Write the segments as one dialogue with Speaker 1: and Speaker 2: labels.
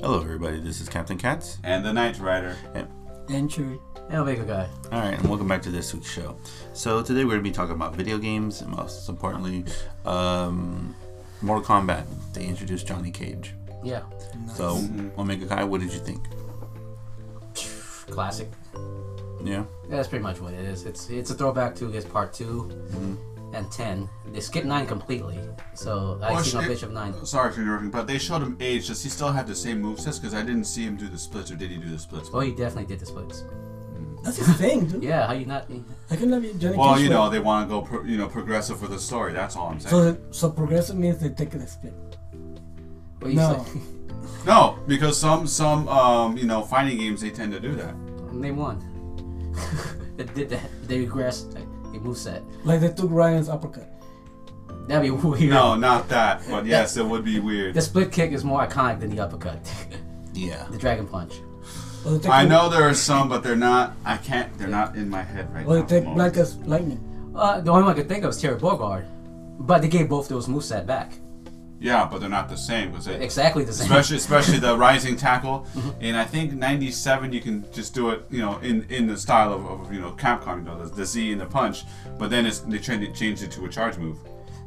Speaker 1: Hello, everybody. This is Captain Katz.
Speaker 2: and the Knight Rider.
Speaker 3: Entry.
Speaker 4: Omega guy.
Speaker 1: All right, and welcome back to this week's show. So today we're going to be talking about video games, and most importantly, um, Mortal Kombat. They introduced Johnny Cage.
Speaker 4: Yeah,
Speaker 3: Nice.
Speaker 1: So
Speaker 2: Mm-hmm.
Speaker 1: Omega Kai, what did you think?
Speaker 4: classic.
Speaker 1: Yeah.
Speaker 4: Yeah, that's pretty much what it is. It's it's a throwback to his part 2
Speaker 2: Mm-hmm.
Speaker 4: and ten. They skipped nine completely, so I
Speaker 2: Well,
Speaker 4: see no
Speaker 2: shit.
Speaker 4: pitch of nine.
Speaker 2: Sorry for interrupting, but they showed him age. Does he still have the same moveset? Because I didn't see him do the splits, or did he do the splits?
Speaker 4: Oh, he definitely did the splits.
Speaker 3: That's his thing, dude.
Speaker 4: Yeah, how you not?
Speaker 3: I can love you, Johnny
Speaker 2: Well,
Speaker 3: Cage
Speaker 2: you
Speaker 3: show.
Speaker 2: know, they want to go, pro- you know, progressive with the story. That's all I'm saying.
Speaker 3: So, so progressive means they take the split.
Speaker 4: What you
Speaker 3: No.
Speaker 4: say?
Speaker 2: No, because some, some, um, you know, fighting games they tend to do that.
Speaker 4: Name one. they did that. They regressed. Like, they moveset.
Speaker 3: Like they took Ryan's uppercut.
Speaker 4: That'd be weird.
Speaker 2: No, not that. But yes, it would be weird.
Speaker 4: The split kick is more iconic than the uppercut.
Speaker 1: Yeah.
Speaker 4: the dragon punch.
Speaker 3: Or they take
Speaker 2: I know there are some, but they're not. I can't. They're not in my head right now.
Speaker 3: Or they
Speaker 2: at the
Speaker 3: take
Speaker 2: moment.
Speaker 3: Black as Lightning.
Speaker 4: Uh, the only one I could think of is Terry Bogard, but they gave both those moveset back.
Speaker 2: Yeah, but they're not the same. Because it,
Speaker 4: Exactly the same.
Speaker 2: especially especially the rising tackle. And I think '97, you can just do it, you know, in in the style of, of you know Capcom, you know, the, the Z and the punch. But then it's, they tried to change it to a charge move.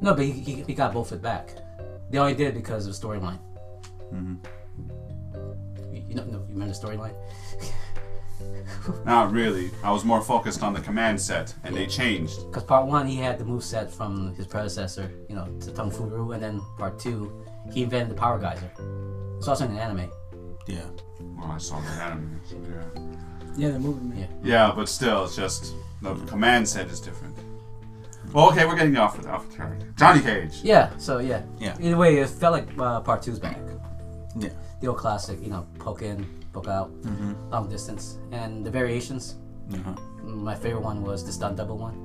Speaker 4: No, but he, he, he got both it back. They only did it because of the storyline. Mm-hmm. You, you know, no, you remember the storyline?
Speaker 2: Not really. I was more focused on the command set, and they changed.
Speaker 4: Because part one, he had the moveset from his predecessor, you know, to Tung Fu Ru, and then part two, he invented the Power Geyser. It's also in an anime.
Speaker 1: Yeah.
Speaker 2: Well, I saw that anime. so yeah.
Speaker 3: Yeah, the movie man.
Speaker 4: Yeah.
Speaker 2: Yeah, but still, it's just the command set is different. Well, okay, we're getting off the off the track. Johnny Cage.
Speaker 4: Yeah, so yeah.
Speaker 1: Yeah.
Speaker 4: Either way, it felt like uh, part two's back.
Speaker 1: Yeah.
Speaker 4: The old classic, you know, poke in, poke out, long distance. And the variations,
Speaker 1: Uh-huh.
Speaker 4: my favorite one was the stunt double one.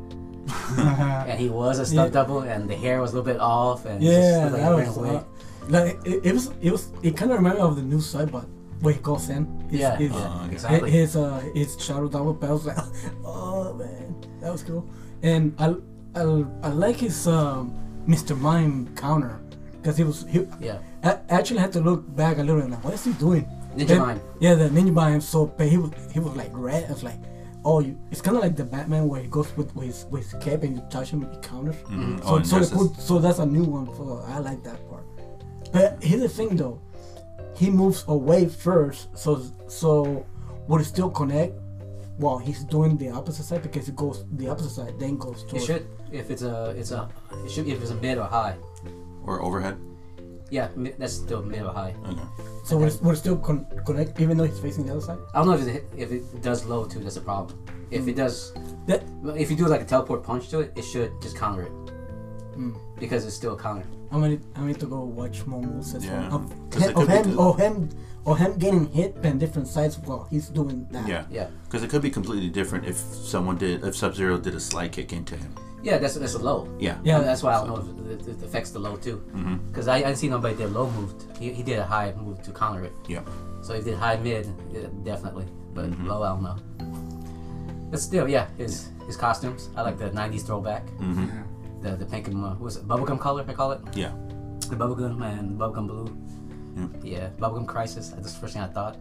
Speaker 4: and he was a stunt
Speaker 3: Yeah.
Speaker 4: double, and the hair was a little bit off, and he just
Speaker 3: Yeah,
Speaker 4: looked like he
Speaker 3: that
Speaker 4: ran
Speaker 3: was
Speaker 4: away.
Speaker 3: uh, like it, it was it was it kind of reminded me of the new Cyborg where he calls in. His,
Speaker 4: Yeah,
Speaker 3: his,
Speaker 4: uh,
Speaker 3: his-
Speaker 4: exactly.
Speaker 3: His uh his shadow double but I was like, oh man, that was cool. And I I, I like his um Mr. Mime counter because he was he
Speaker 4: Yeah.
Speaker 3: I actually had to look back a little and like what is he doing?
Speaker 4: Ninja
Speaker 3: Then-
Speaker 4: Mime.
Speaker 3: Yeah, the ninja mime. So but he was he was like red. It's like. Oh, you, it's kind of like the Batman where he goes with, with his with his cap and you touch him, he counters.
Speaker 4: Mm-hmm.
Speaker 1: Mhm.
Speaker 3: So,
Speaker 1: and
Speaker 3: so, they
Speaker 1: versus-
Speaker 3: put, so that's a new one. So I like that part. But here's the thing, though. He moves away first, so so would it still connect? Well, he's doing the opposite side because it goes the opposite side, then goes
Speaker 4: It
Speaker 3: towards.
Speaker 4: should if it's a it's a it should if it's a mid or high.
Speaker 1: or overhead.
Speaker 4: Yeah, mi- that's still mid or high.
Speaker 1: Okay.
Speaker 3: So would it, would it still con- connect even though he's facing the other side?
Speaker 4: I don't know if it if it does low too. That's a problem. If
Speaker 3: Hmm.
Speaker 4: it does,
Speaker 3: That
Speaker 4: well, if you do like a teleport punch to it, it should just counter it
Speaker 3: Mm.
Speaker 4: because it's still counter.
Speaker 3: I need I need to go watch more moves as
Speaker 1: Yeah.
Speaker 3: well. Of,
Speaker 1: 'Cause it
Speaker 3: of
Speaker 1: could be
Speaker 3: him
Speaker 1: the-
Speaker 3: or him or him getting hit and different sides while he's doing that.
Speaker 1: Yeah.
Speaker 4: Yeah,
Speaker 1: Because it could be completely different if someone did, if Sub Zero did a slide kick into him.
Speaker 4: yeah, that's that's a low.
Speaker 1: Yeah.
Speaker 3: Yeah.
Speaker 4: that's why I don't know if it, it affects the low too.
Speaker 1: Mm-hmm.
Speaker 4: Because I I didn't see nobody did low move. He, he did a high move to counter it.
Speaker 1: Yeah.
Speaker 4: So if he did high mid, yeah, definitely. But
Speaker 1: Mm-hmm.
Speaker 4: low, I don't know. But still, yeah, his his costumes. I like the '90s throwback.
Speaker 1: Mm-hmm.
Speaker 4: the the pink and uh, what's it, bubblegum color I call it
Speaker 1: Yeah.
Speaker 4: the bubblegum and bubblegum blue
Speaker 1: Yeah.
Speaker 4: yeah bubblegum crisis that's the first thing I thought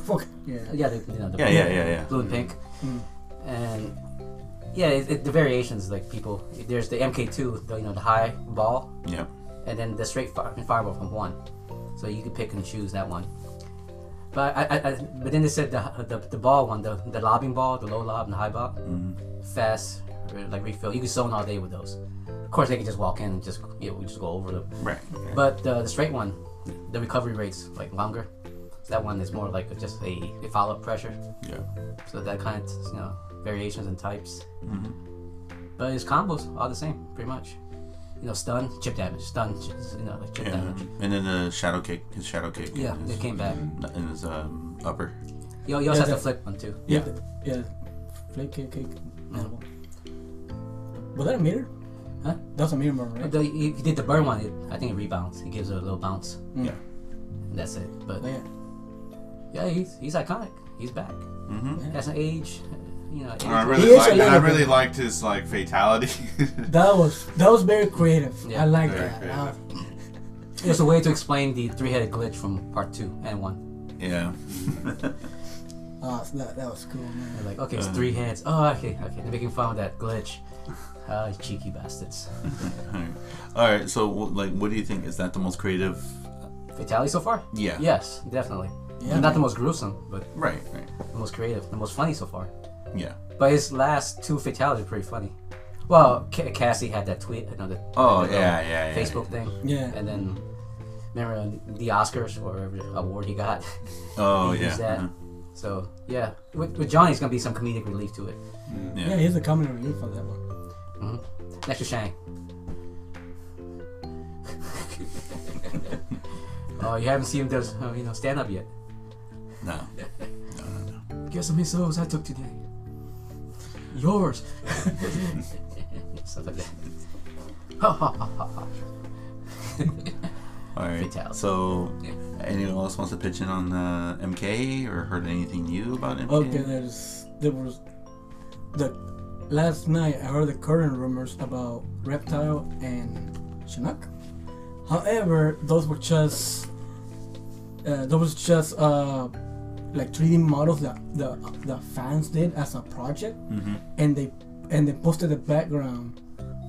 Speaker 3: Fuck. Yeah.
Speaker 4: yeah the, you know, the
Speaker 1: Yeah.
Speaker 4: blue,
Speaker 1: Yeah. Yeah. Yeah.
Speaker 4: blue and pink
Speaker 3: Mm.
Speaker 4: and yeah it, it, the variations like people there's the MK2 the, you know the high ball
Speaker 1: Yeah.
Speaker 4: and then the straight fire, fireball from one so you could pick and choose that one but I, I, I but then they said the, the the ball one the the lobbing ball the low lob and the high ball
Speaker 1: Mm-hmm.
Speaker 4: fast re- like refill you can zone all day with those of course they can just walk in and just you know, we just go over them
Speaker 1: Right.
Speaker 4: But uh, the straight one, the recovery rate's like longer. So that one is more like just a, a follow up pressure.
Speaker 1: Yeah.
Speaker 4: So that kind of you know variations and types.
Speaker 1: Mm-hmm.
Speaker 4: But his combos are the same, pretty much. You know, stun, chip damage, stun, ch- you know, like chip
Speaker 1: Yeah.
Speaker 4: damage.
Speaker 1: And then the shadow kick, his shadow um, kick.
Speaker 4: Yeah,
Speaker 1: and
Speaker 4: they
Speaker 1: his,
Speaker 4: came back.
Speaker 1: and his um, upper.
Speaker 4: You, you also
Speaker 3: Yeah,
Speaker 4: have
Speaker 3: the-
Speaker 4: to flip one too.
Speaker 1: Yeah.
Speaker 3: Yeah. Yeah. Flake cake cake. Edible. Was that a meter?
Speaker 4: Huh?
Speaker 3: That's a meter mark, right?
Speaker 4: The, if you did the burn one, it, I think it rebounds. It gives it a little bounce.
Speaker 3: Mm. Oh,
Speaker 1: Yeah.
Speaker 4: And that's it. But
Speaker 3: Yeah.
Speaker 4: yeah, he's, he's iconic. He's back.
Speaker 1: Mm-hmm.
Speaker 4: As an age, uh, you know.
Speaker 2: And I
Speaker 4: age-
Speaker 2: really
Speaker 3: is a
Speaker 2: liked, and I
Speaker 3: little bit-
Speaker 2: really liked his like fatality.
Speaker 3: That was that was very creative. I
Speaker 4: Yeah.
Speaker 3: like
Speaker 2: Very
Speaker 3: that.
Speaker 2: creative.
Speaker 3: Uh,
Speaker 4: It's a way to explain the three-headed glitch from part two and one.
Speaker 1: Yeah.
Speaker 3: Ah, so that, that was cool, man.
Speaker 4: They're like, okay, it's three heads. Oh, okay, okay. They're making fun of that glitch. Ah, you cheeky bastards.
Speaker 1: All right. All right. So, wh- like, what do you think? Is that the most creative?
Speaker 4: Fatality so far?
Speaker 1: Yeah.
Speaker 4: Yes, definitely.
Speaker 3: Yeah.
Speaker 4: Not the most gruesome, but
Speaker 1: Right. Right.
Speaker 4: the most creative, the most funny so far.
Speaker 1: Yeah.
Speaker 4: But his last two fatalities are pretty funny. Well, Ca Cassie had that tweet, another
Speaker 1: Oh yeah, yeah, yeah.
Speaker 4: Facebook thing,
Speaker 3: Yeah.
Speaker 4: and then remember the Oscars or whatever award he got.
Speaker 1: Oh
Speaker 4: He
Speaker 1: yeah.
Speaker 4: used that.
Speaker 1: uh-huh.
Speaker 4: So yeah, with, with Johnny's gonna be some comedic relief to it.
Speaker 1: Yeah.
Speaker 3: Yeah, he's a comedy relief on that one.
Speaker 4: Next to Shang. oh, you haven't seen him does uh, you know stand up yet?
Speaker 1: No. No. No. No.
Speaker 4: Guess how many solos I took today? Yours. Stuff like that.
Speaker 1: All right.
Speaker 4: Fatality.
Speaker 1: So, anyone else wants to pitch in on uh, MK or heard anything new about MK?
Speaker 3: Okay, there's there was the last night I heard the current rumors about reptile and Chinook. However, those were just uh, those was just uh, like 3D models that the the fans did as a project,
Speaker 1: Mm-hmm.
Speaker 3: and they and they posted the background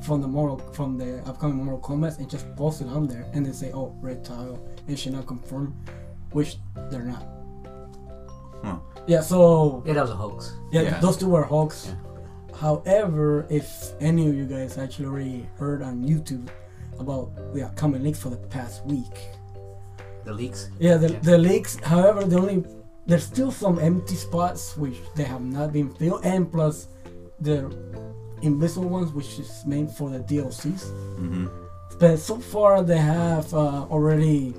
Speaker 3: from the moral from the upcoming Mortal Kombat and just posted on there, and they say, "Oh, reptile and Chinook confirmed," which they're not.
Speaker 1: Huh.
Speaker 3: Yeah, so
Speaker 4: yeah, that was a hoax.
Speaker 3: yeah,
Speaker 1: Yeah.
Speaker 3: those two were hoax. However, if any of you guys actually already heard on YouTube about the upcoming leaks for the past week,
Speaker 4: The leaks.
Speaker 3: yeah, the,
Speaker 4: Yeah.
Speaker 3: the leaks. However, the only there's still some empty spots which they have not been filled, and plus the invisible ones, which is made for the DLCs.
Speaker 1: Mm-hmm.
Speaker 3: But so far, they have uh, already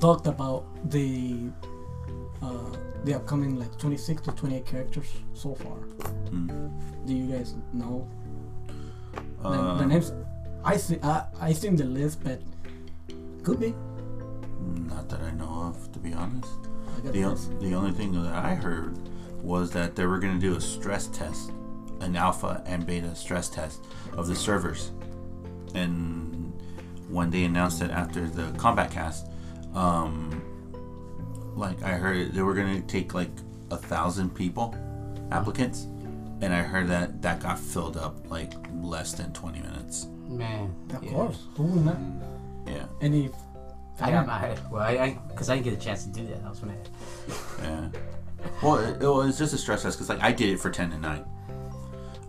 Speaker 3: talked about the uh, the upcoming like 26 to 28 characters so far.
Speaker 1: Mm.
Speaker 3: Do you guys know the,
Speaker 1: Uh,
Speaker 3: the names? I see. I I seen the list, but could be.
Speaker 1: Not that I know of, to be honest.
Speaker 3: I got
Speaker 1: The,
Speaker 3: the
Speaker 1: o-
Speaker 3: list.
Speaker 1: the only thing that I heard was that they were going to do a stress test, an alpha and beta stress test of the servers. And when they announced it after the combat cast, um, like I heard they were going to take like a thousand people, applicants. And I heard that that got filled up like less than 20 minutes.
Speaker 4: Man.
Speaker 3: Of
Speaker 4: yeah.
Speaker 3: course, who would not?
Speaker 1: Yeah.
Speaker 3: Any.
Speaker 4: I got my well, I because I, didn't get a chance to do that. I was gonna.
Speaker 1: Yeah. Well, it, it was just a stress test because like I did it for ten to nine.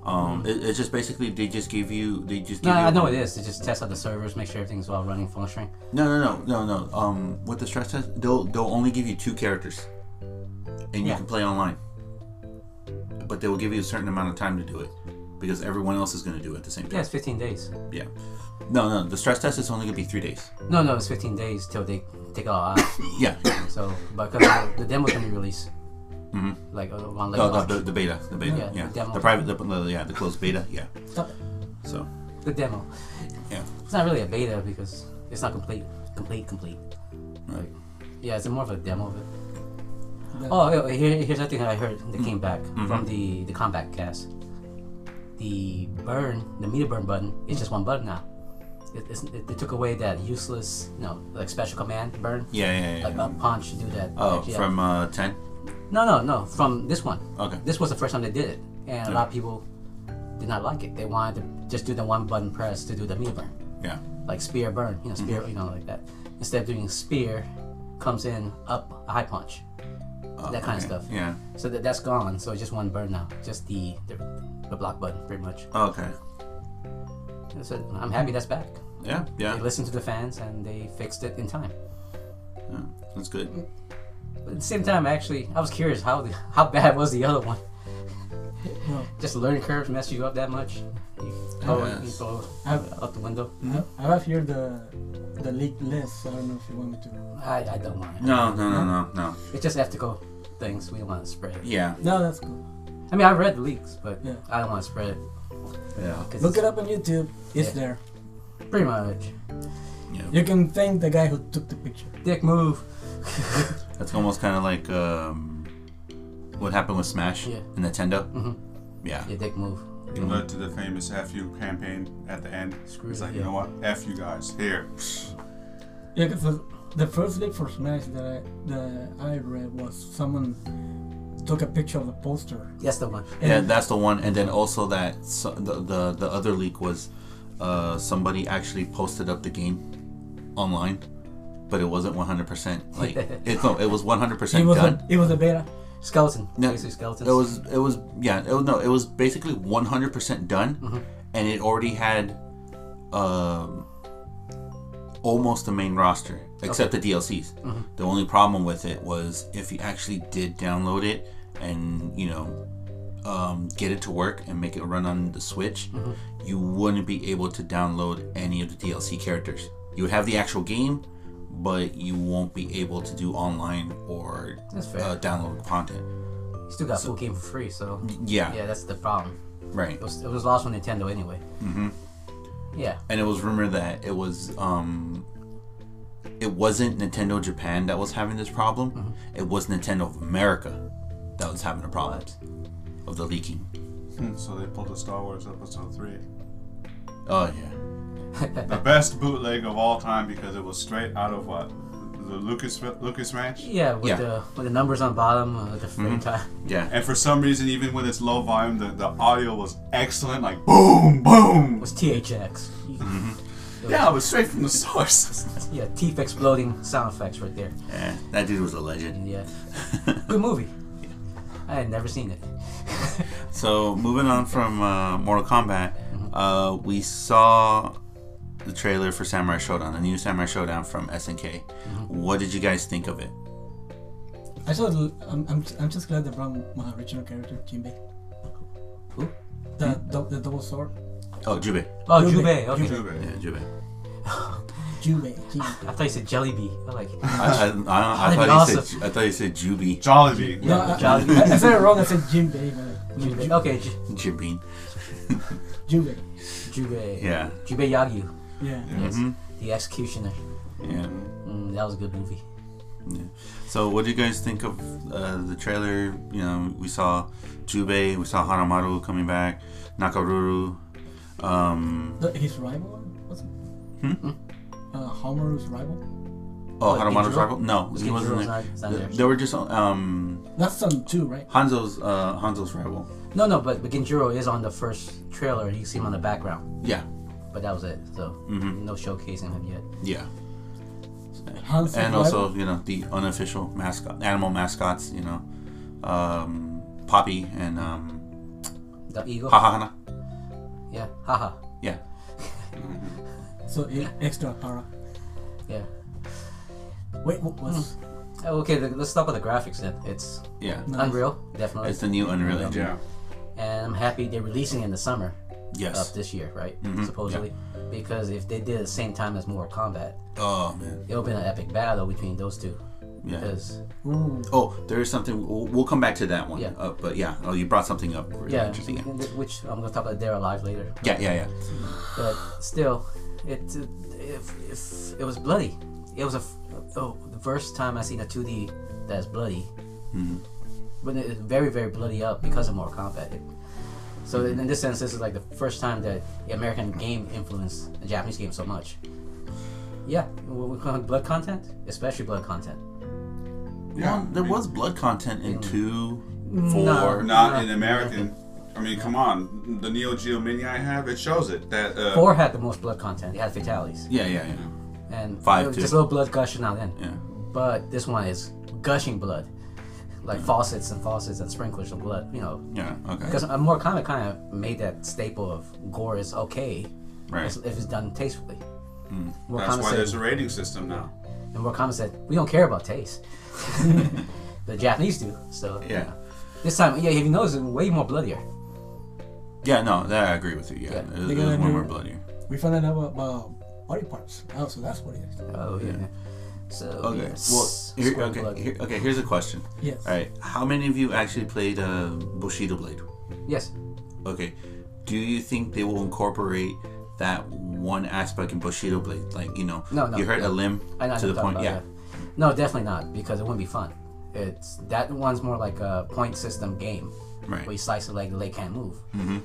Speaker 1: Um, it, it's just basically they just give you they just give
Speaker 4: No,
Speaker 1: you
Speaker 4: I know it is. To just test out the servers, make sure everything's all running, functioning.
Speaker 1: no no no no no um with the stress test they'll they'll only give you two characters, and you
Speaker 4: Yeah.
Speaker 1: can play online. But they will give you a certain amount of time to do it because everyone else is going to do it at the same
Speaker 4: Yeah,
Speaker 1: time.
Speaker 4: it's 15 days.
Speaker 1: Yeah. No no the stress test is only going to be three days.
Speaker 4: No, no, it's 15 days till they take it all out.
Speaker 1: Yeah.
Speaker 4: so, but because the, the demo's gonna be released. Mm-hmm. Like uh, on late
Speaker 1: No,
Speaker 4: March.
Speaker 1: the, the, the beta the beta
Speaker 4: Yeah,
Speaker 1: yeah,
Speaker 4: the demo.
Speaker 1: the private the, yeah the closed beta yeah
Speaker 4: Mm-hmm.
Speaker 3: Stop.
Speaker 1: so
Speaker 4: The demo.
Speaker 1: yeah
Speaker 4: It's not really a beta because it's not complete, complete, complete.
Speaker 1: right
Speaker 4: Yeah, it's more of a demo of it.
Speaker 3: The-
Speaker 4: Oh, yeah, here, here's another thing that I heard that came back
Speaker 1: Mm-hmm.
Speaker 4: from the the combat cast. The burn, the meter burn button, is just one button now. It, it's, it, they took away that useless, you know, like special command burn,
Speaker 1: yeah yeah yeah.
Speaker 4: like
Speaker 1: yeah.
Speaker 4: a punch do that.
Speaker 1: Oh,
Speaker 4: like, yeah.
Speaker 1: from uh, ten.
Speaker 4: no, no, no, from this one.
Speaker 1: Okay.
Speaker 4: This was the first time they did it, and a lot of people did not like it. They wanted to just do the one button press to do the meter burn.
Speaker 1: Yeah.
Speaker 4: like spear burn,
Speaker 1: Mm-hmm.
Speaker 4: you know, spear, you know, like that. Instead of doing spear, comes in up a high punch,
Speaker 1: Oh,
Speaker 4: that kind
Speaker 1: okay.
Speaker 4: of stuff.
Speaker 1: Yeah.
Speaker 4: So that that's gone. So it's just one burn now, just the the, the block button, pretty much.
Speaker 1: Oh, Okay.
Speaker 4: That's it. I'm happy that's back.
Speaker 1: Yeah.
Speaker 4: They
Speaker 1: Mm-hmm. Yeah.
Speaker 4: listened to the fans and they fixed it in time.
Speaker 1: yeah. That's good.
Speaker 4: But at the same time, actually, I was curious how the, how bad was the other one.
Speaker 3: No.
Speaker 4: Just learning curves mess you up that much? You throw, it- you
Speaker 1: Yes.
Speaker 4: throw
Speaker 3: I've-
Speaker 4: out the window.
Speaker 3: I, I have here the the leaked list. I don't know if you want me to.
Speaker 4: I, I don't mind.
Speaker 1: No, no, no, no, no.
Speaker 4: It's just ethical things. We don't want to spread it.
Speaker 1: Yeah.
Speaker 3: No, that's cool.
Speaker 4: I mean, I read the leaks, but
Speaker 3: Yeah.
Speaker 4: I don't want to spread it.
Speaker 1: Yeah.
Speaker 4: 'cause
Speaker 3: Look it
Speaker 4: it's-
Speaker 3: up on YouTube. It's
Speaker 4: Yeah.
Speaker 3: there.
Speaker 4: Pretty much.
Speaker 1: Yeah.
Speaker 3: You can thank the guy who took the picture.
Speaker 4: Dick move.
Speaker 1: That's almost kind of like um, what happened with Smash
Speaker 4: Yeah.
Speaker 1: and Nintendo.
Speaker 4: hmm
Speaker 1: Yeah.
Speaker 4: Yeah, dick move.
Speaker 2: It led to the famous "F you" campaign at the end.
Speaker 4: Screw
Speaker 2: it's
Speaker 4: it,
Speaker 2: like
Speaker 4: yeah.
Speaker 2: you know what? "F you" guys here.
Speaker 3: Yeah, because the first leak for Smash that I that I read was someone took a picture of the poster.
Speaker 4: Yes, the one.
Speaker 1: Yeah, that's the one. And then also that so, the, the the other leak was uh, somebody actually posted up the game online, but it wasn't 100% like it, no, it was 100%
Speaker 3: It was
Speaker 1: done.
Speaker 3: a it was a beta.
Speaker 4: Skeleton.
Speaker 1: No,
Speaker 4: Basically, skeletons.
Speaker 1: It was it was yeah it was, no it was basically 100% done,
Speaker 4: Mm-hmm.
Speaker 1: and it already had um, almost the main roster except the DLCs.
Speaker 4: Mm-hmm.
Speaker 1: The only problem with it was if you actually did download it and you know um, get it to work and make it run on the Switch,
Speaker 4: Mm-hmm.
Speaker 1: you wouldn't be able to download any of the DLC characters. You would have the actual game. But you won't be able to do online or
Speaker 4: That's fair.
Speaker 1: Uh, download content.
Speaker 4: You still got full game for free, so
Speaker 1: Yeah,
Speaker 4: yeah, that's the problem.
Speaker 1: right.
Speaker 4: It was, it was lost on Nintendo anyway. Mm-hmm. Yeah.
Speaker 1: And it was rumored that it was um it wasn't Nintendo Japan that was having this problem.
Speaker 4: Uh-huh.
Speaker 1: It was Nintendo of America that was having the problems of the leaking.
Speaker 2: Hmm, So they pulled a Star Wars Episode 3.
Speaker 1: Oh yeah.
Speaker 2: The best bootleg of all time because it was straight out of what? The Lucas, Lucas Ranch?
Speaker 4: Yeah, with
Speaker 1: Yeah. Mm-hmm.
Speaker 4: the with the numbers on bottom, uh, the frame time.
Speaker 1: Yeah.
Speaker 2: And for some reason, even with its low volume, the, the audio was excellent. Like boom, boom.
Speaker 4: It was THX.
Speaker 1: Mm-hmm.
Speaker 2: Yeah, it was straight from the source.
Speaker 4: Yeah, teeth exploding sound effects right there.
Speaker 1: Eh, that dude was a legend.
Speaker 4: Yeah. Good movie. I had never seen it.
Speaker 1: So moving on from uh, Mortal Kombat,
Speaker 4: Uh-huh.
Speaker 1: uh, we saw the trailer for Samurai Showdown, a new Samurai Showdown from SNK.
Speaker 4: Uh-huh.
Speaker 1: What did you guys think of it?
Speaker 3: I saw. the- I'm, I'm, I'm just glad they brought my original character Jinbei.
Speaker 4: Who?
Speaker 3: The, the the double sword.
Speaker 1: Oh, Jubei.
Speaker 4: Oh,
Speaker 3: Jubei.
Speaker 4: Jubei. Okay.
Speaker 1: Yeah, Jubei.
Speaker 3: Jinbei. Jinbei.
Speaker 4: I thought you said Jollibee. I like it.
Speaker 1: I, I, I, I, thought
Speaker 4: That'd be
Speaker 1: he
Speaker 4: awesome.
Speaker 1: said, I thought he said Jubie.
Speaker 2: Jollibee.
Speaker 3: No, uh, I, I,
Speaker 4: Jollibee.
Speaker 3: I said it wrong. I said Jinbei. but- no,
Speaker 4: Jubei.
Speaker 3: Ju-
Speaker 4: Okay, J-
Speaker 1: Jubin.
Speaker 3: Jinbei.
Speaker 4: Jubei.
Speaker 1: Yeah.
Speaker 4: Jubei Yagyu,
Speaker 3: Yeah.
Speaker 4: Yes.
Speaker 1: hmm
Speaker 4: the executioner.
Speaker 1: Yeah.
Speaker 4: Mm, that was a good movie.
Speaker 1: So, what do you guys think of uh, the trailer? You know, we saw Jubei, we saw Hanamaru coming back, Nakaruru. Um,
Speaker 3: The, his rival. What's it?
Speaker 1: Hmm?
Speaker 3: Uh, Homeru's rival.
Speaker 1: oh,
Speaker 4: What,
Speaker 1: Hanamaru's
Speaker 4: Genjiro?
Speaker 1: rival? No, he
Speaker 4: Genjiro's
Speaker 1: wasn't there.
Speaker 4: not- it's not there.
Speaker 1: They were just um,
Speaker 3: That's some two, right?
Speaker 1: Hanzo's uh, Hanzo's rival.
Speaker 4: No, no, but, but Genjiro is on the first trailer. You see him on the background,
Speaker 1: Yeah,
Speaker 4: but that was it. So
Speaker 1: Mm-hmm.
Speaker 4: no showcasing him yet.
Speaker 1: yeah.
Speaker 3: Han's
Speaker 1: and
Speaker 3: rival.
Speaker 1: also you know the unofficial mascot, animal mascots. You know, um, Poppy and um,
Speaker 4: The eagle.
Speaker 1: Hahahana.
Speaker 4: Yeah. Haha.
Speaker 1: Yeah,
Speaker 3: So yeah, extra para.
Speaker 4: Yeah.
Speaker 3: Wait, what was?
Speaker 4: Oh, Okay, th- let's talk about the graphics then. It's
Speaker 1: yeah.
Speaker 3: Nice.
Speaker 4: Unreal, definitely.
Speaker 1: It's the new Unreal Engine.
Speaker 2: Yeah.
Speaker 4: and I'm happy they're releasing it in the summer
Speaker 1: Yes. Mm-hmm.
Speaker 4: of this year, right? Supposedly. Because if they did the same time as Mortal Kombat,
Speaker 1: Oh man.
Speaker 4: it would be an epic battle between those two.
Speaker 1: Yeah.
Speaker 4: Because
Speaker 3: Ooh.
Speaker 1: Oh, there is something. We'll, we'll come back to that one.
Speaker 4: Yeah.
Speaker 1: Uh, but yeah. Oh, you brought something up. Really
Speaker 4: yeah,
Speaker 1: Interesting. Yeah.
Speaker 4: th- which I'm gonna talk about Dead or Alive later.
Speaker 1: Yeah. Yeah. Yeah.
Speaker 4: But still, it, it if, if it was bloody. It was a f- oh the first time I seen a 2D that's bloody.
Speaker 1: Mm-hmm.
Speaker 4: But it is very very bloody up because of Mortal Kombat. It- so in, in this sense, this is like the first time that the American game influenced the Japanese game so much. Yeah, when we call it blood content, especially blood content.
Speaker 1: Well, there was blood content in two, four.
Speaker 4: Mm. No.
Speaker 2: Not
Speaker 4: Not
Speaker 2: in American. I mean, come on. The Neo Geo Mini I have, it shows it. That uh,
Speaker 4: Four had the most blood content. It had fatalities
Speaker 1: Yeah. Yeah. Yeah.
Speaker 4: and
Speaker 1: Five,
Speaker 4: it was
Speaker 1: too.
Speaker 4: just a little blood gushing out then.
Speaker 1: Yeah.
Speaker 4: but this one is gushing blood, like faucets and faucets and sprinklers of blood. You know,
Speaker 1: Yeah. Okay.
Speaker 4: because a more comic kind of made that staple of gore is okay
Speaker 1: Right. Hmm.
Speaker 4: if it's done tastefully. More
Speaker 2: that's why
Speaker 4: comic
Speaker 2: there's a
Speaker 4: said,
Speaker 2: rating system now.
Speaker 4: and more comic said we don't care about taste. the Japanese do, so you
Speaker 1: Yeah.
Speaker 4: know. This time, yeah, if you notice, it's way more bloodier.
Speaker 1: Yeah. No, that I agree with you. Yeah.
Speaker 4: Yeah.
Speaker 1: It, was-
Speaker 3: They're
Speaker 1: it was
Speaker 3: gonna
Speaker 1: way
Speaker 3: do-
Speaker 1: more bloodier.
Speaker 3: We found out about, about body parts. Oh, so that's what it is.
Speaker 4: Oh yeah. So
Speaker 1: Okay. Well,
Speaker 4: yes,
Speaker 1: here,
Speaker 4: squirt blood.
Speaker 1: okay. Here, okay. Here's a question.
Speaker 3: Yes.
Speaker 1: All right. How many of you actually played uh, Bushido Blade?
Speaker 4: Yes.
Speaker 1: Okay. Do you think they will incorporate that one aspect in Bushido Blade? Like, you know,
Speaker 4: No, no,
Speaker 1: you hurt
Speaker 4: no.
Speaker 1: a limb
Speaker 4: I know
Speaker 1: to
Speaker 4: you're
Speaker 1: the
Speaker 4: talking
Speaker 1: point.
Speaker 4: about,
Speaker 1: Yeah.
Speaker 4: No, definitely not because it wouldn't be fun. It's that one's more like a point system game
Speaker 1: Right.
Speaker 4: where you slice a leg, the leg can't move. Mm-hmm.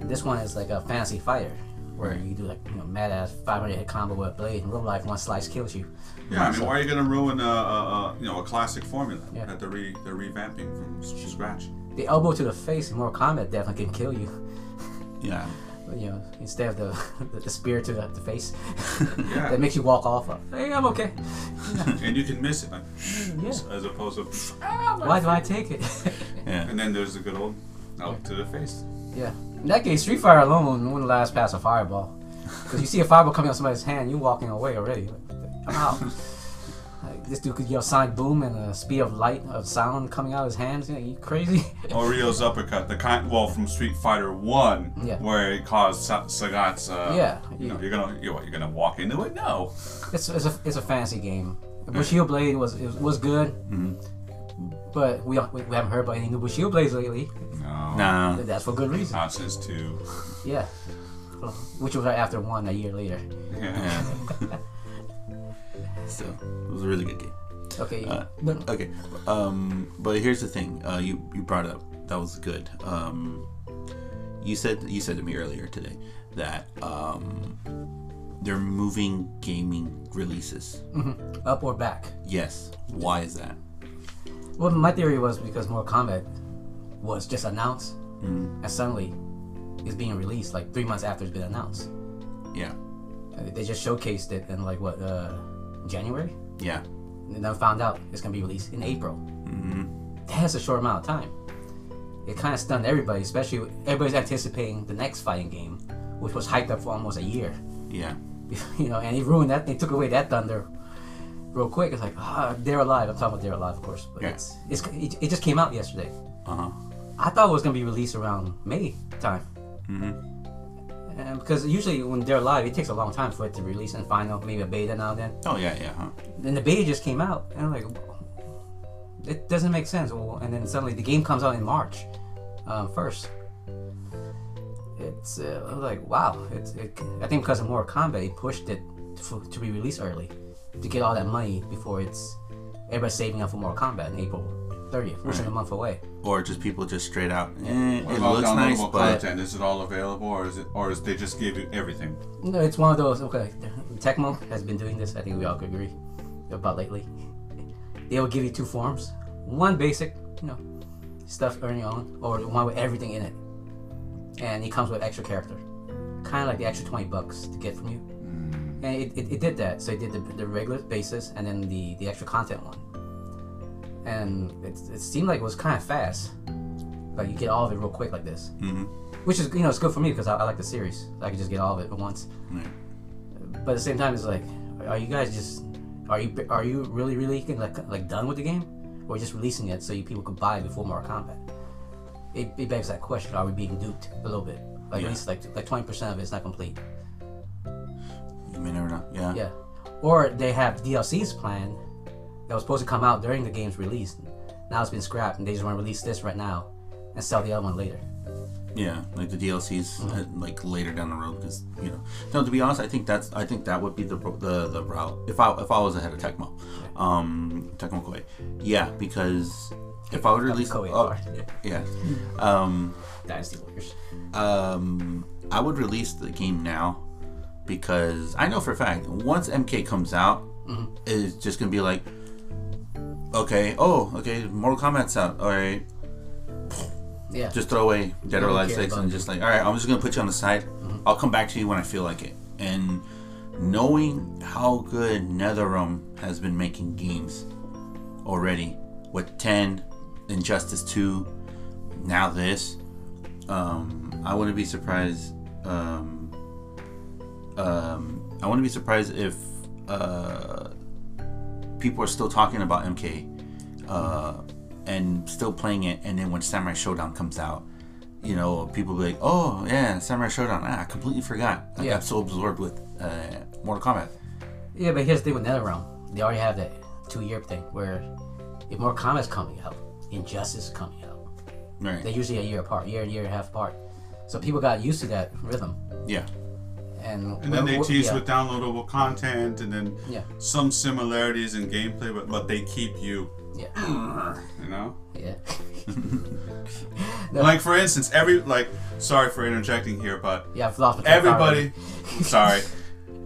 Speaker 4: And this one is like a fantasy fighter where you do like you know mad ass 500 hit combo with a blade. In real life, one slice kills you.
Speaker 2: Yeah, I mean, why are you gonna ruin a, a, a you know a classic formula
Speaker 4: Yeah.
Speaker 2: that they're re, they're revamping from s- scratch?
Speaker 4: The elbow to the face in Mortal Kombat definitely can kill you.
Speaker 1: Yeah.
Speaker 4: But, You know, instead of the the, the spear to the, the face,
Speaker 2: Yeah.
Speaker 4: that makes you walk off. Of, hey, I'm okay.
Speaker 2: and you can miss it, like,
Speaker 4: Mm, Yeah.
Speaker 2: as opposed to,
Speaker 4: Why do I take it?
Speaker 1: Yeah.
Speaker 2: and then there's the good old out to the face.
Speaker 4: yeah. In that case, Street Fighter alone wouldn't last past a fireball. Because you see a fireball coming out of somebody's hand, you're walking away already. Like, I'm out. Like, this dude could yell sonic boom and a speed of light, of sound coming out of his hands. You, know, you crazy?
Speaker 2: Oreo's uppercut, the kind well from Street Fighter One,
Speaker 4: Yeah.
Speaker 2: where it caused Sa- Sagat's. Uh,
Speaker 4: Yeah,
Speaker 2: You know,
Speaker 4: yeah.
Speaker 2: you're gonna you what, you're gonna walk into it? No.
Speaker 4: it's, it's, a, it's a fancy game. Bushido Blade was it was good, but we, don't, we we haven't heard about any new Bushido Blades lately.
Speaker 2: No.
Speaker 1: Nah.
Speaker 4: but That's for good reason.
Speaker 2: Not since two.
Speaker 4: Yeah. Well, Which was right after one a year later.
Speaker 2: Yeah.
Speaker 1: Yeah. so it was a really good game.
Speaker 4: Okay.
Speaker 1: Uh, okay, um, but here's the thing. Uh, you you brought up that was good. Um, you said you said to me earlier today that um, they're moving gaming releases.
Speaker 4: up or back?
Speaker 1: Yes. Why is that?
Speaker 4: Well, my theory was because Mortal Kombat was just announced and suddenly it's being released like three months after it's been announced.
Speaker 1: Yeah.
Speaker 4: Uh, They just showcased it in like what, uh, January?
Speaker 1: Yeah.
Speaker 4: And then found out it's gonna be released in April. Mm-hmm. That's a short amount of time. It kind of stunned everybody, especially everybody's anticipating the next fighting game, which was hyped up for almost a year.
Speaker 1: Yeah.
Speaker 4: you know, and he ruined that. They took away that thunder real quick. It's like, ah, they're alive. I'm talking about they're alive, of course. But
Speaker 1: Yeah.
Speaker 4: it's, it's it, it just came out yesterday.
Speaker 1: Uh huh.
Speaker 4: I thought it was gonna be released around May time. Mm-hmm. And because usually when they're alive, it takes a long time for it to release and final, maybe a beta now and then.
Speaker 1: Oh yeah. Yeah. Huh.
Speaker 4: Then the beta just came out, and I'm like, it doesn't make sense. Well, and then suddenly the game comes out in March um, first. It's uh, I was like wow. It's it, I think because of Mortal Kombat, it pushed it for, to be released early to get all that money before it's everybody's saving up for Mortal Kombat in April 30th, which is a month away.
Speaker 1: Or just people just straight out. Eh,
Speaker 2: What
Speaker 1: it
Speaker 2: about
Speaker 1: looks
Speaker 2: downloadable
Speaker 1: nice, but
Speaker 2: content? Is it all available, or is it, or is they just give you everything?
Speaker 4: No, it's one of those. Okay, Tecmo has been doing this. I think we all could agree about lately. They will give you two forms: one basic, you know, stuff earning on, or the one with everything in it, and it comes with extra character, kind of like the extra twenty bucks to get from you. And it, it, it did that. So it did the, the regular basis and then the, the extra content one. And it, it seemed like it was kind of fast. Like you get all of it real quick like this. Mm-hmm. Which is, you know, it's good for me because I, I like the series. I can just get all of it at once but at the same time, it's like, are you guys just, are you are you really really like like done with the game, or just releasing it so you people could buy it before Mortal Kombat? It, it begs that question: Are we being duped a little bit? Like
Speaker 1: Yeah.
Speaker 4: at least like like twenty percent of it's not complete.
Speaker 1: you may never know. Yeah.
Speaker 4: Yeah, or they have DLCs planned that was supposed to come out during the game's release. Now it's been scrapped, and they just want to release this right now and sell the other one later.
Speaker 1: Yeah, like the DLCs, uh, like later down the road, because you know. No, to be honest, I think that's I think that would be the ro- the, the route if I if I was ahead of Tecmo, um, Tecmo Koei, yeah, because if I would release
Speaker 4: Koei
Speaker 1: oh,
Speaker 4: are.
Speaker 1: yeah, um,
Speaker 4: Dynasty Warriors.
Speaker 1: um, I would release the game now because I know for a fact once MK comes out, it's just gonna be like, okay, oh, okay, Mortal Kombat's out, all right,
Speaker 4: Yeah.
Speaker 1: just throw away Dead or
Speaker 4: Don't
Speaker 1: Alive
Speaker 4: care
Speaker 1: 6
Speaker 4: about Mm-hmm.
Speaker 1: and
Speaker 4: it.
Speaker 1: just like, all right, I'm just going to put you on the side. I'll come back to you when I feel like it. And knowing how good NetherRealm has been making games already with 10, Injustice 2, now this, um, I wouldn't be surprised. Um, um, I wouldn't be surprised if uh, people are still talking about MK uh, and still playing it. And then when Samurai Showdown comes out, you know, people be like, "Oh yeah, Samurai Showdown." Ah, I completely forgot. I
Speaker 4: Yeah.
Speaker 1: got so absorbed with uh, Mortal Kombat.
Speaker 4: Yeah, but here's the thing with NetherRealm. They already have that two-year thing where if more Kombat's coming out, Injustice is coming out.
Speaker 1: Right.
Speaker 4: They're usually a year apart, year and year and a half apart. So people got used to that rhythm.
Speaker 1: yeah.
Speaker 4: And,
Speaker 2: And then
Speaker 4: wh-
Speaker 2: they
Speaker 4: wh-
Speaker 2: tease
Speaker 4: yeah.
Speaker 2: with downloadable content, and then
Speaker 4: Yeah.
Speaker 2: some similarities in gameplay, but, but they keep you
Speaker 4: Yeah.
Speaker 2: You know.
Speaker 4: Yeah.
Speaker 2: Like for instance, every like sorry for interjecting here, but
Speaker 4: Yeah, I've lost my train of thought
Speaker 2: everybody sorry.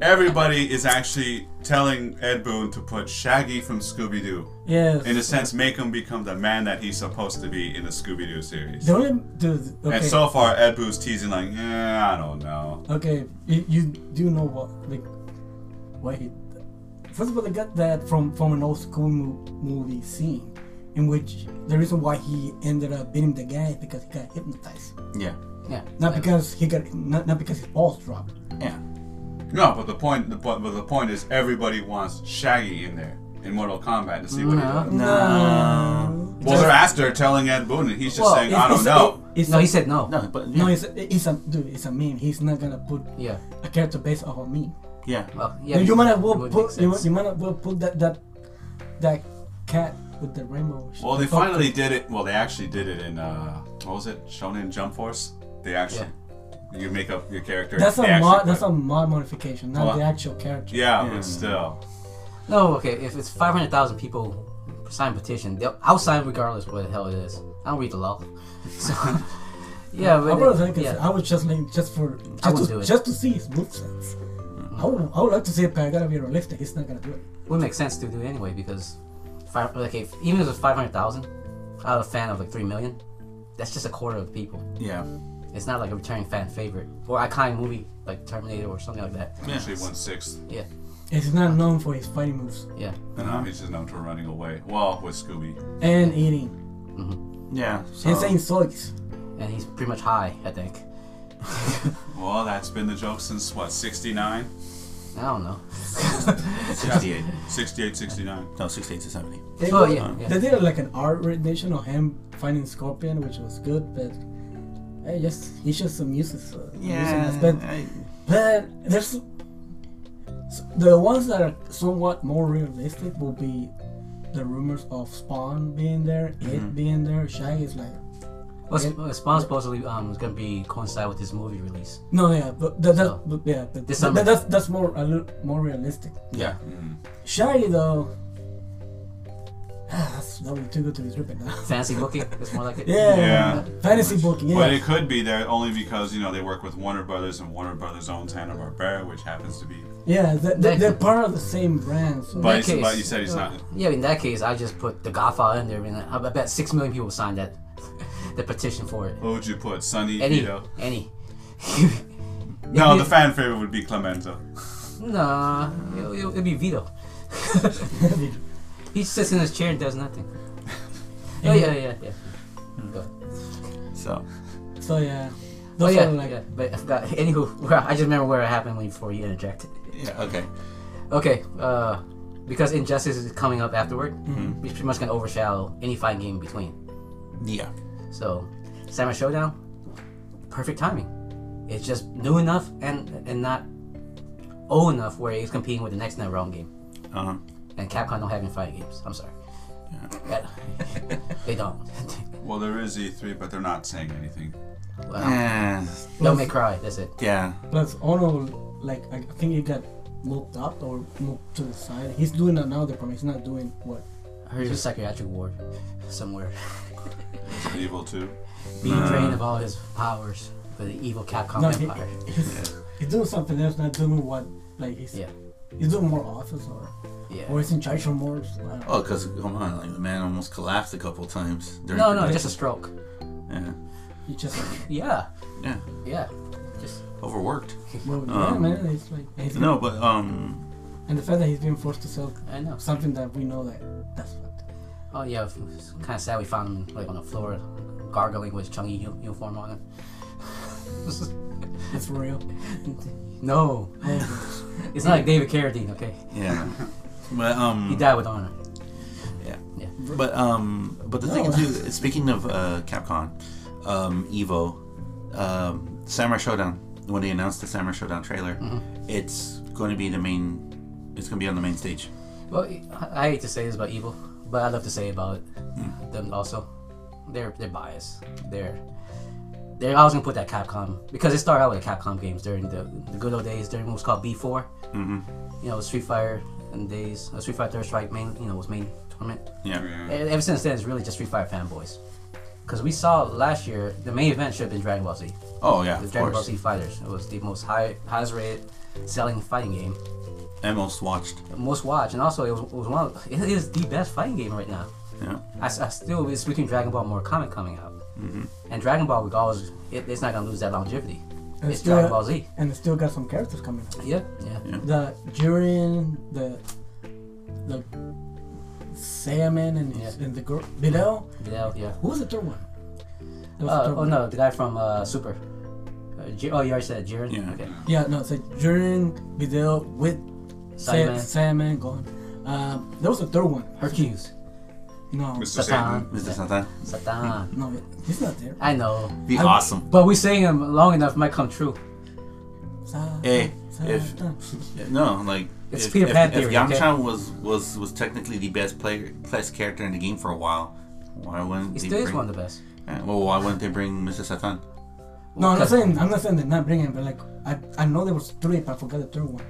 Speaker 2: Everybody is actually telling Ed Boon to put Shaggy from Scooby Doo.
Speaker 3: Yes.
Speaker 2: In a sense, make him become the man that he's supposed to be in the Scooby Doo series.
Speaker 3: the only dude. Okay.
Speaker 2: And so far, Ed Boon's teasing like, yeah, I don't know.
Speaker 3: okay. You, you do know what like why he. First of all, they got that from from an old school mo- movie scene, in which the reason why he ended up beating the guy is because he got hypnotized,
Speaker 1: Yeah.
Speaker 4: already. Yeah.
Speaker 3: not
Speaker 4: like-
Speaker 3: because he got not, not because his balls dropped.
Speaker 1: Yeah.
Speaker 2: No, but the point, the, but, but the point is, everybody wants Shaggy in there in Mortal Kombat to see what he
Speaker 3: Mm-hmm.
Speaker 2: does.
Speaker 1: No.
Speaker 2: Well, they're after telling Ed Boon, and he's just
Speaker 4: Well,
Speaker 2: saying, I
Speaker 3: It's-
Speaker 2: don't
Speaker 3: it's-
Speaker 2: know.
Speaker 3: it's
Speaker 4: No,
Speaker 3: a-
Speaker 4: he said no.
Speaker 1: No, but yeah.
Speaker 3: No, it's a, it's a dude. It's a meme. He's not gonna put
Speaker 4: Yeah.
Speaker 3: a character based off a meme.
Speaker 1: yeah.
Speaker 4: Well, yeah.
Speaker 3: you might as
Speaker 4: it
Speaker 3: well
Speaker 4: would
Speaker 3: put
Speaker 4: make
Speaker 3: you,
Speaker 4: sense.
Speaker 3: you might as well put that that that cat with the rainbow.
Speaker 2: Well, they
Speaker 3: Oh,
Speaker 2: finally did it. Well, they actually did it in uh, what was it? Shonen Jump Force. They actually you make up your character.
Speaker 3: That's
Speaker 2: they
Speaker 3: a
Speaker 2: actually
Speaker 3: mod.
Speaker 2: put-
Speaker 3: That's a mod modification, not
Speaker 2: Well,
Speaker 3: the actual character.
Speaker 2: yeah,
Speaker 1: Yeah.
Speaker 2: but still.
Speaker 4: No, okay. If it's five hundred thousand people sign petition, they'll, I'll sign regardless what the hell it is. I don't read the law. So, yeah,
Speaker 3: I,
Speaker 4: but
Speaker 3: was like,
Speaker 4: yeah.
Speaker 3: I would just like just for
Speaker 4: would
Speaker 3: just
Speaker 4: do
Speaker 3: to,
Speaker 4: it. Mm-hmm.
Speaker 3: just to see his movesets. I would, I would like to see it, but I gotta be realistic. He's not gonna do it.
Speaker 4: would make sense to do it anyway because five, like if, even if it's 500,000 out of a fan of like 3 million, that's just a quarter of the people.
Speaker 1: Yeah.
Speaker 4: It's not like a returning fan favorite or iconic movie like Terminator or something like that.
Speaker 2: Actually, one sixth.
Speaker 4: Yeah,
Speaker 3: He's not known for his fighting moves
Speaker 4: yeah.
Speaker 3: Uh-huh.
Speaker 2: And now Um, he's just known for running away. Well, with Scooby.
Speaker 3: and eating
Speaker 1: Yeah.
Speaker 4: Oh.
Speaker 1: So,
Speaker 3: and saying soys.
Speaker 4: And he's pretty much high, I think.
Speaker 2: Well, that's been the joke since what? 69,
Speaker 4: I don't know.
Speaker 1: 68.
Speaker 2: 68, 69.
Speaker 1: No, 68 to 70.
Speaker 3: They,
Speaker 4: Oh,
Speaker 3: did-
Speaker 4: yeah, yeah.
Speaker 3: they did like an art rendition of him finding Scorpion, which was good, but I just it's just some uses. Uh, useless, but
Speaker 1: I-
Speaker 3: But there's the ones that are somewhat more realistic will be the rumors of Spawn being there,
Speaker 4: Mm-hmm.
Speaker 3: it being there. Shaggy is like
Speaker 4: Well,
Speaker 3: Yeah.
Speaker 4: Sp- uh, Spawn supposedly um, is going to be coincide with his movie release.
Speaker 3: no, yeah, but that, that
Speaker 4: Oh.
Speaker 3: but yeah, but
Speaker 4: This
Speaker 3: that-
Speaker 4: summer.
Speaker 3: that's that's more a little more realistic.
Speaker 1: yeah.
Speaker 2: Mm-hmm.
Speaker 3: Shaggy though, ah, that's that would be too good to be tripping now.
Speaker 4: Fancy booking is more like it.
Speaker 3: Yeah,
Speaker 2: Yeah.
Speaker 3: fantasy booking. Yeah,
Speaker 2: But it could be there only because, you know, they work with Warner Brothers and Warner Brothers owns Hanna-Barbera, which happens to be...
Speaker 3: yeah, they, they,
Speaker 4: That-
Speaker 3: they're part of the same brand. So
Speaker 2: But,
Speaker 4: that
Speaker 2: he's- but
Speaker 4: case,
Speaker 2: you said he's
Speaker 4: uh,
Speaker 2: not...
Speaker 4: Yeah, in that case, I just put The Godfather in there, and I I bet six million people signed that, the petition for it.
Speaker 2: Who would you put? Sonny,
Speaker 4: Any,
Speaker 2: Vito?
Speaker 4: any.
Speaker 2: No,
Speaker 4: you-
Speaker 2: the fan favorite would be Clemenza.
Speaker 4: Nah, it'll, it'll, it'll be Vito. he sits in his chair and does nothing. oh yeah, yeah, yeah.
Speaker 2: Hmm.
Speaker 4: Go ahead.
Speaker 1: So,
Speaker 3: so yeah,
Speaker 4: Oh
Speaker 3: those
Speaker 4: yeah,
Speaker 3: are like
Speaker 4: yeah. But I forgot. Anywho, where- I just remember where it happened when before you interjected.
Speaker 1: yeah, okay.
Speaker 4: Okay, uh, because Injustice is coming up afterward,
Speaker 2: Mm-hmm.
Speaker 4: it's pretty much gonna overshadow any fighting game in between.
Speaker 1: Yeah.
Speaker 4: So, Samurai Showdown, perfect timing. It's just new enough and and not old enough where it's competing with the next NetherRealm game.
Speaker 1: Uh huh.
Speaker 4: And Capcom don't have any fighting games. I'm sorry. Yeah, they don't.
Speaker 2: Well, there is E3, but they're not saying anything.
Speaker 3: Oh.
Speaker 4: well, Don't Make Cry. That's it.
Speaker 1: yeah.
Speaker 3: Plus, Ono, like, I I think he got moved up or moved to the side. He's doing another program. He's not doing what?
Speaker 4: I heard he's a psychiatric ward somewhere,
Speaker 2: Evil 2.
Speaker 4: being drained of all his powers for the evil Capcom
Speaker 3: No, he,
Speaker 4: empire.
Speaker 3: he's, he's doing something else, not doing what, like, he's,
Speaker 4: Yeah.
Speaker 3: he's doing more office or,
Speaker 4: Yeah.
Speaker 3: or he's in charge of more. uh, so I don't know.
Speaker 1: Oh, because, come on, like, the man almost collapsed a couple times. During
Speaker 4: No, no,
Speaker 1: production.
Speaker 4: just a stroke.
Speaker 1: Yeah.
Speaker 3: He just,
Speaker 4: Yeah,
Speaker 1: Yeah.
Speaker 4: yeah. Just
Speaker 1: Overworked.
Speaker 3: well, yeah,
Speaker 1: Um,
Speaker 3: man, it's like, he's,
Speaker 1: No, but, um,
Speaker 3: and the fact that he's being forced to sell
Speaker 4: I know.
Speaker 3: something that we know that that's fucked. up.
Speaker 4: Oh yeah, it's kind of sad we found him like on the floor, gargling with Chungi u- uniform on him.
Speaker 3: It's for real.
Speaker 4: no, it's not like David Carradine, okay?
Speaker 1: yeah. But,
Speaker 4: He
Speaker 1: um,
Speaker 4: died with honor.
Speaker 1: but, um, but the thing,
Speaker 3: No.
Speaker 1: too, speaking of uh, Capcom, um, Evo, um, Samurai Showdown, when they announced the Samurai Showdown trailer,
Speaker 4: Mm-hmm.
Speaker 1: it's going to be the main, it's going to be on the main stage.
Speaker 4: Well, I- I hate to say this about Evil, but I love to say about
Speaker 1: Hmm.
Speaker 4: it. them also. They're they're biased. They're they're always gonna put that Capcom because it started out with the Capcom games during the, the good old days during what was called B4. Mm-hmm. You know, Street Fighter and days uh, Street Fighter Third Strike main you know was main Torment.
Speaker 1: Yeah.
Speaker 2: Oh, Yeah.
Speaker 4: And Ever since then, it's really just Street Fighter fanboys. Because we saw last year, the main event should have been Dragon Ball Z.
Speaker 1: Oh yeah,
Speaker 4: The
Speaker 1: of
Speaker 4: Dragon Ball
Speaker 1: course.
Speaker 4: Z Fighters. It was the most high, highest rated selling fighting game,
Speaker 1: And most watched.
Speaker 4: most watched, and also it was, it was one. Of, it is the best fighting game right now.
Speaker 1: Yeah.
Speaker 4: I, s- I still it's between Dragon Ball and Mortal Kombat coming out, and Dragon Ball would always it, it's not gonna lose that longevity.
Speaker 3: And
Speaker 4: it's
Speaker 3: still-
Speaker 4: Dragon Ball Z.
Speaker 3: and it still got some characters coming. out.
Speaker 4: Yeah, yeah.
Speaker 1: Yeah.
Speaker 3: The Jiren, the the Saiyaman, and, his- and the girl Videl.
Speaker 4: Yeah, yeah.
Speaker 3: Who was the third one? That was the
Speaker 4: Uh,
Speaker 3: third
Speaker 4: oh
Speaker 3: one.
Speaker 4: no, the guy from uh, Super. Uh, J- oh, you already said Jiren.
Speaker 1: Yeah.
Speaker 4: Okay.
Speaker 3: Yeah, no, it's like Jiren, Videl with Saiyaman,
Speaker 4: Simon,
Speaker 3: Saiyaman gone. Um, there was a third one.
Speaker 4: Hercules,
Speaker 3: No,
Speaker 2: Mr.
Speaker 4: Satan,
Speaker 2: Satan.
Speaker 1: Mr. Satan.
Speaker 4: Satan.
Speaker 3: no, he's not there.
Speaker 4: I know,
Speaker 1: Be
Speaker 3: I-
Speaker 1: awesome.
Speaker 4: but we saying him long enough might come true.
Speaker 3: Sa-
Speaker 1: Hey,
Speaker 3: sa-
Speaker 1: Eh, if-
Speaker 3: ta.
Speaker 1: Yeah, No, like
Speaker 4: It's
Speaker 1: if,
Speaker 4: Peter
Speaker 1: if,
Speaker 4: Pan
Speaker 1: if
Speaker 4: theory, okay?
Speaker 1: Yamcha was was was technically the best player, best character in the game for a while, why wouldn't
Speaker 4: He
Speaker 1: they
Speaker 4: still is
Speaker 1: bring,
Speaker 4: one of the best.
Speaker 1: Yeah, well, why wouldn't they bring Mr. Satan?
Speaker 3: no, I'm not
Speaker 4: Because-
Speaker 3: saying I'm not saying they're not bringing, it, but like I, I know there was three, but I forgot the third one.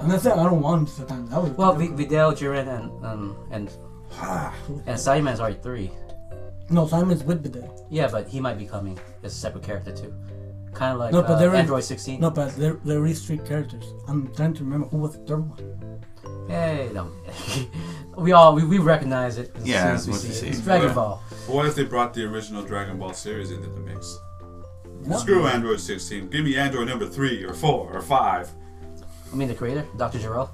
Speaker 3: I'm not saying I don't want Satan. That was
Speaker 4: Well, v- Videl, Jiren, and um, and and Simon's already three.
Speaker 3: Ah. no, Simon's with Videl.
Speaker 4: Yeah, but he might be coming as a separate character too. Kind of like
Speaker 3: No, but
Speaker 4: uh,
Speaker 3: there is-
Speaker 4: Android 16.
Speaker 3: No, but there there is three characters. I'm trying to remember who was the third one.
Speaker 4: Hey, no. we all we, we recognize it. as
Speaker 1: Yeah,
Speaker 4: soon as we
Speaker 1: once
Speaker 4: see
Speaker 1: you
Speaker 4: it.
Speaker 1: see
Speaker 4: It's
Speaker 1: it.
Speaker 4: Dragon
Speaker 2: Yeah.
Speaker 4: Ball.
Speaker 2: What if they brought the original Dragon Ball series into the mix?
Speaker 3: No.
Speaker 2: Screw Android 16. Give me Android number three or four or five.
Speaker 4: I mean, the creator, Dr. Jarrell.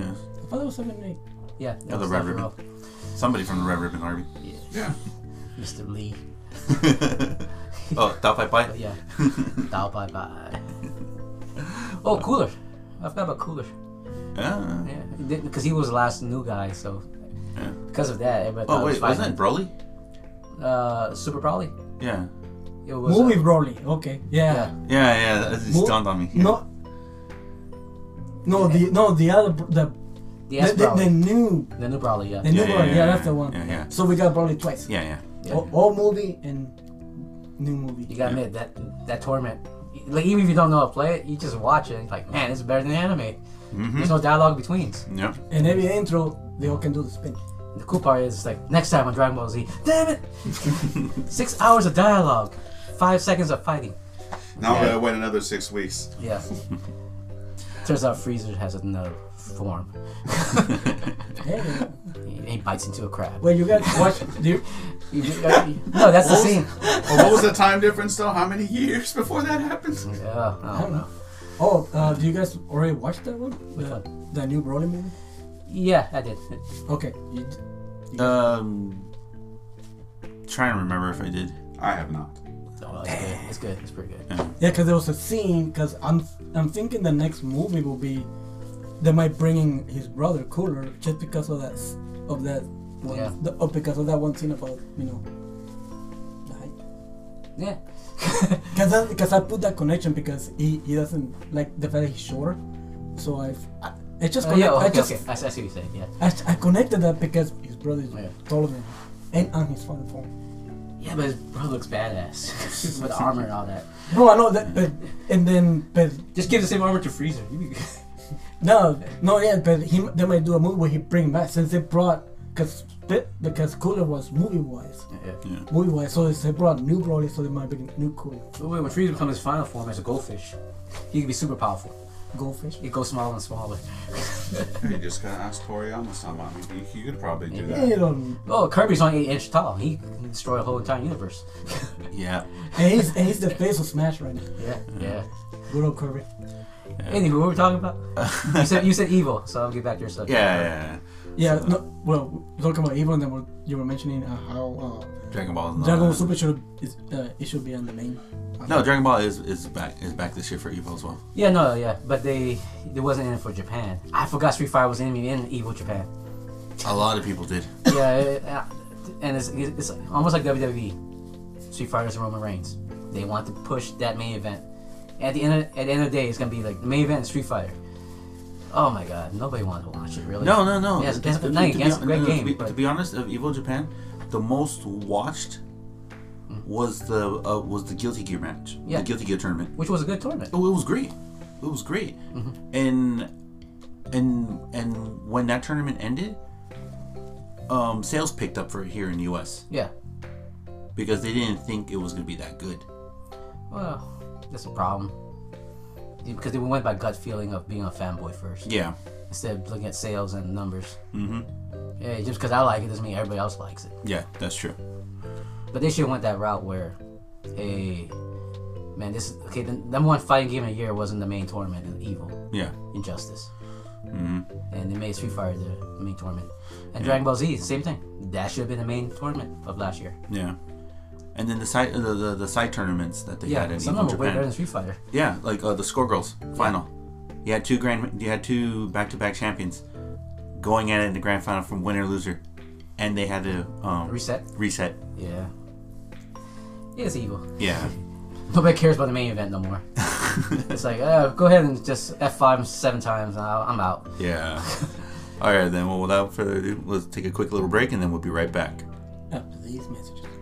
Speaker 1: Yeah,
Speaker 3: I thought it was seven, eight.
Speaker 4: Yeah, that
Speaker 1: Oh, the
Speaker 4: was
Speaker 1: Red
Speaker 4: Dr.
Speaker 1: Ribbon.
Speaker 4: Jarrell.
Speaker 1: somebody from the Red Ribbon Army.
Speaker 4: Yeah,
Speaker 2: Yeah.
Speaker 4: Mr. Lee.
Speaker 1: oh, Dao Pai
Speaker 4: But
Speaker 1: Pai.
Speaker 4: yeah, Dao Bye Bye. Oh, Cooler. I forgot about Cooler.
Speaker 1: Yeah.
Speaker 4: Yeah, because he was the last new guy, so
Speaker 1: Yeah.
Speaker 4: because of that, everybody thought
Speaker 1: Oh wait,
Speaker 4: it was
Speaker 1: wasn't it Broly?
Speaker 4: fine. Uh, Super Broly.
Speaker 1: Yeah.
Speaker 4: It was.
Speaker 3: Movie
Speaker 4: uh,
Speaker 3: Broly. Okay, yeah.
Speaker 4: yeah.
Speaker 1: Yeah, yeah, that that just
Speaker 3: Mo-
Speaker 1: dawned on me. Yeah.
Speaker 3: No. No, the no the other br- the
Speaker 4: The, ass
Speaker 3: the, the, the
Speaker 4: Broly.
Speaker 3: new
Speaker 4: The new Broly. Yeah.
Speaker 3: the new
Speaker 1: Yeah,
Speaker 3: one.
Speaker 1: yeah,
Speaker 3: Yeah,
Speaker 1: yeah,
Speaker 3: that's the
Speaker 1: yeah,
Speaker 3: one.
Speaker 1: yeah, yeah.
Speaker 3: So we got Broly twice.
Speaker 1: Yeah, yeah.
Speaker 4: Yeah.
Speaker 3: O- old movie and new movie.
Speaker 4: You gotta admit that that torment. Like even if you don't know how to play it, you just watch it. And it's like, man, it's better than the anime. There's no dialogue between.
Speaker 1: Yep.
Speaker 3: And every intro, they all can do the spin.
Speaker 4: The cool part is like next time on Dragon Ball Z, damn it, six hours of dialogue, five seconds of fighting.
Speaker 2: Now
Speaker 4: Yeah.
Speaker 2: I wait another six weeks.
Speaker 4: Yeah. Turns out Freezer has another form.
Speaker 3: Hey,
Speaker 4: He, he bites into a crab.
Speaker 3: well, you guys watch. Do you,
Speaker 4: You- uh, you- no, that's the
Speaker 2: What was-
Speaker 4: scene.
Speaker 2: Well, Oh, what was the time difference though? How many years before that happened?
Speaker 4: Yeah, I don't know.
Speaker 3: oh, uh, do you guys already watch that one? The, the new Broly movie.
Speaker 4: Yeah, I did.
Speaker 3: Okay, you,
Speaker 1: Um, trying to remember if I did.
Speaker 2: I have not.
Speaker 4: Oh, it's good. It's good. It's pretty good.
Speaker 3: yeah, because there was a scene. Because I'm I'm thinking the next movie will be they might bring in his brother Cooler just because of that s- of that one,
Speaker 4: Yeah.
Speaker 3: the, oh, because of that one scene about you know. the hype.
Speaker 4: Yeah.
Speaker 3: Cause I, cause I put that connection because he, he doesn't like the fact that he's short, so I've, I it just
Speaker 4: Oh, yeah.
Speaker 3: connect,
Speaker 4: Okay.
Speaker 3: I just
Speaker 4: okay. I, I see what you're saying. Yeah.
Speaker 3: I, I connected that because his brother is
Speaker 4: Yeah.
Speaker 3: taller than him, and on his phone phone.
Speaker 4: Yeah, but his bro looks badass with the armor and all that.
Speaker 3: No, I know that, but and then but
Speaker 4: Just give the same armor to Freezer. You be good.
Speaker 3: no, no, yeah, but he they might do a movie where he bring back since they brought because because Cooler was movie wise,
Speaker 4: yeah.
Speaker 1: Yeah.
Speaker 3: movie wise, so they brought new Broly, so they might bring new Cooler,
Speaker 4: But wait, when Freezer becomes his final form as a goldfish, he can be super powerful.
Speaker 3: Goldfish.
Speaker 4: He goes smaller and smaller.
Speaker 2: You just gotta ask Toriyama-sama. I mean, you, you could probably do
Speaker 3: Yeah, you
Speaker 2: that.
Speaker 3: don't-
Speaker 4: Oh, Kirby's only eight inch tall. He can destroy a whole entire universe.
Speaker 1: Yeah.
Speaker 3: and he's and he's the face of Smash right now.
Speaker 4: yeah, yeah.
Speaker 3: Good old Kirby.
Speaker 4: Anywho, what were we talking about? you said you said evil, so I'll get back to your
Speaker 1: Yeah.
Speaker 4: subject.
Speaker 1: yeah,
Speaker 3: Yeah, no, well, talking about Evil, and then we're, you were mentioning uh, how
Speaker 1: yeah. Dragon Ball is
Speaker 3: uh,
Speaker 1: not.
Speaker 3: Dragon Ball Super should is, uh, it should be on the main.
Speaker 1: No, Dragon Ball is is back is back this year for Evo as well.
Speaker 4: Yeah, no, yeah, but they it wasn't in it for Japan. I forgot Street Fighter was in in evil Japan.
Speaker 1: A lot of people did.
Speaker 4: Yeah, it- uh, and it's, it's almost like WWE, Street Fighters and Roman Reigns. They want to push that main event. At the end, of, at the end of the day, it's gonna be like the main event is Street Fighter. Oh my God, nobody wanted to watch it really.
Speaker 1: No, no, no.
Speaker 4: Yeah, it's- it's-
Speaker 1: To- to-
Speaker 4: no,
Speaker 1: to
Speaker 4: it's
Speaker 1: be
Speaker 4: a
Speaker 1: hon-
Speaker 4: great
Speaker 1: no, no,
Speaker 4: game,
Speaker 1: To be,
Speaker 4: but-
Speaker 1: to be honest, of Evo Japan, the most watched was the uh, was the Guilty Gear match.
Speaker 4: Yeah.
Speaker 1: The Guilty Gear tournament.
Speaker 4: which was a good tournament.
Speaker 1: Oh, it was great. It was
Speaker 4: Mm-hmm.
Speaker 1: great. And and and when that tournament ended, um, sales picked up for here in the U.S.
Speaker 4: Yeah.
Speaker 1: because they didn't think it was gonna be that good.
Speaker 4: Well, that's a problem. Yeah, Because they went by gut feeling of being a fanboy first
Speaker 1: Yeah,
Speaker 4: instead of looking at sales and numbers. Mm-hmm. Yeah, just because I like it doesn't mean everybody else likes it.
Speaker 1: yeah, that's true.
Speaker 4: But they should went that route where, hey, man, this okay. The number one fighting game of the year wasn't the main tournament. It was Evil,
Speaker 1: Yeah,
Speaker 4: Injustice, mm-hmm. and they made Street Fighter the main tournament, and Dragon Ball Z same thing. That should have been the main tournament of last year.
Speaker 1: yeah. And then the side the, the, the side tournaments that they
Speaker 4: Yeah,
Speaker 1: had in
Speaker 4: some of them were way
Speaker 1: Japan.
Speaker 4: better than Street Fighter.
Speaker 1: Yeah, like uh, the Scoregirls final. You had two grand. You had two back-to-back champions going at it in the grand final from winner loser, and they had to um,
Speaker 4: Reset.
Speaker 1: Reset.
Speaker 4: Yeah. Yeah, it's evil.
Speaker 1: Yeah,
Speaker 4: Nobody cares about the main event no more. it's like, uh, go ahead and just F5 seven times. And I'll- I'm out.
Speaker 1: yeah. All right, then. Well, without further ado, let's take a quick little break, and then we'll be right back.
Speaker 3: After uh, these messages.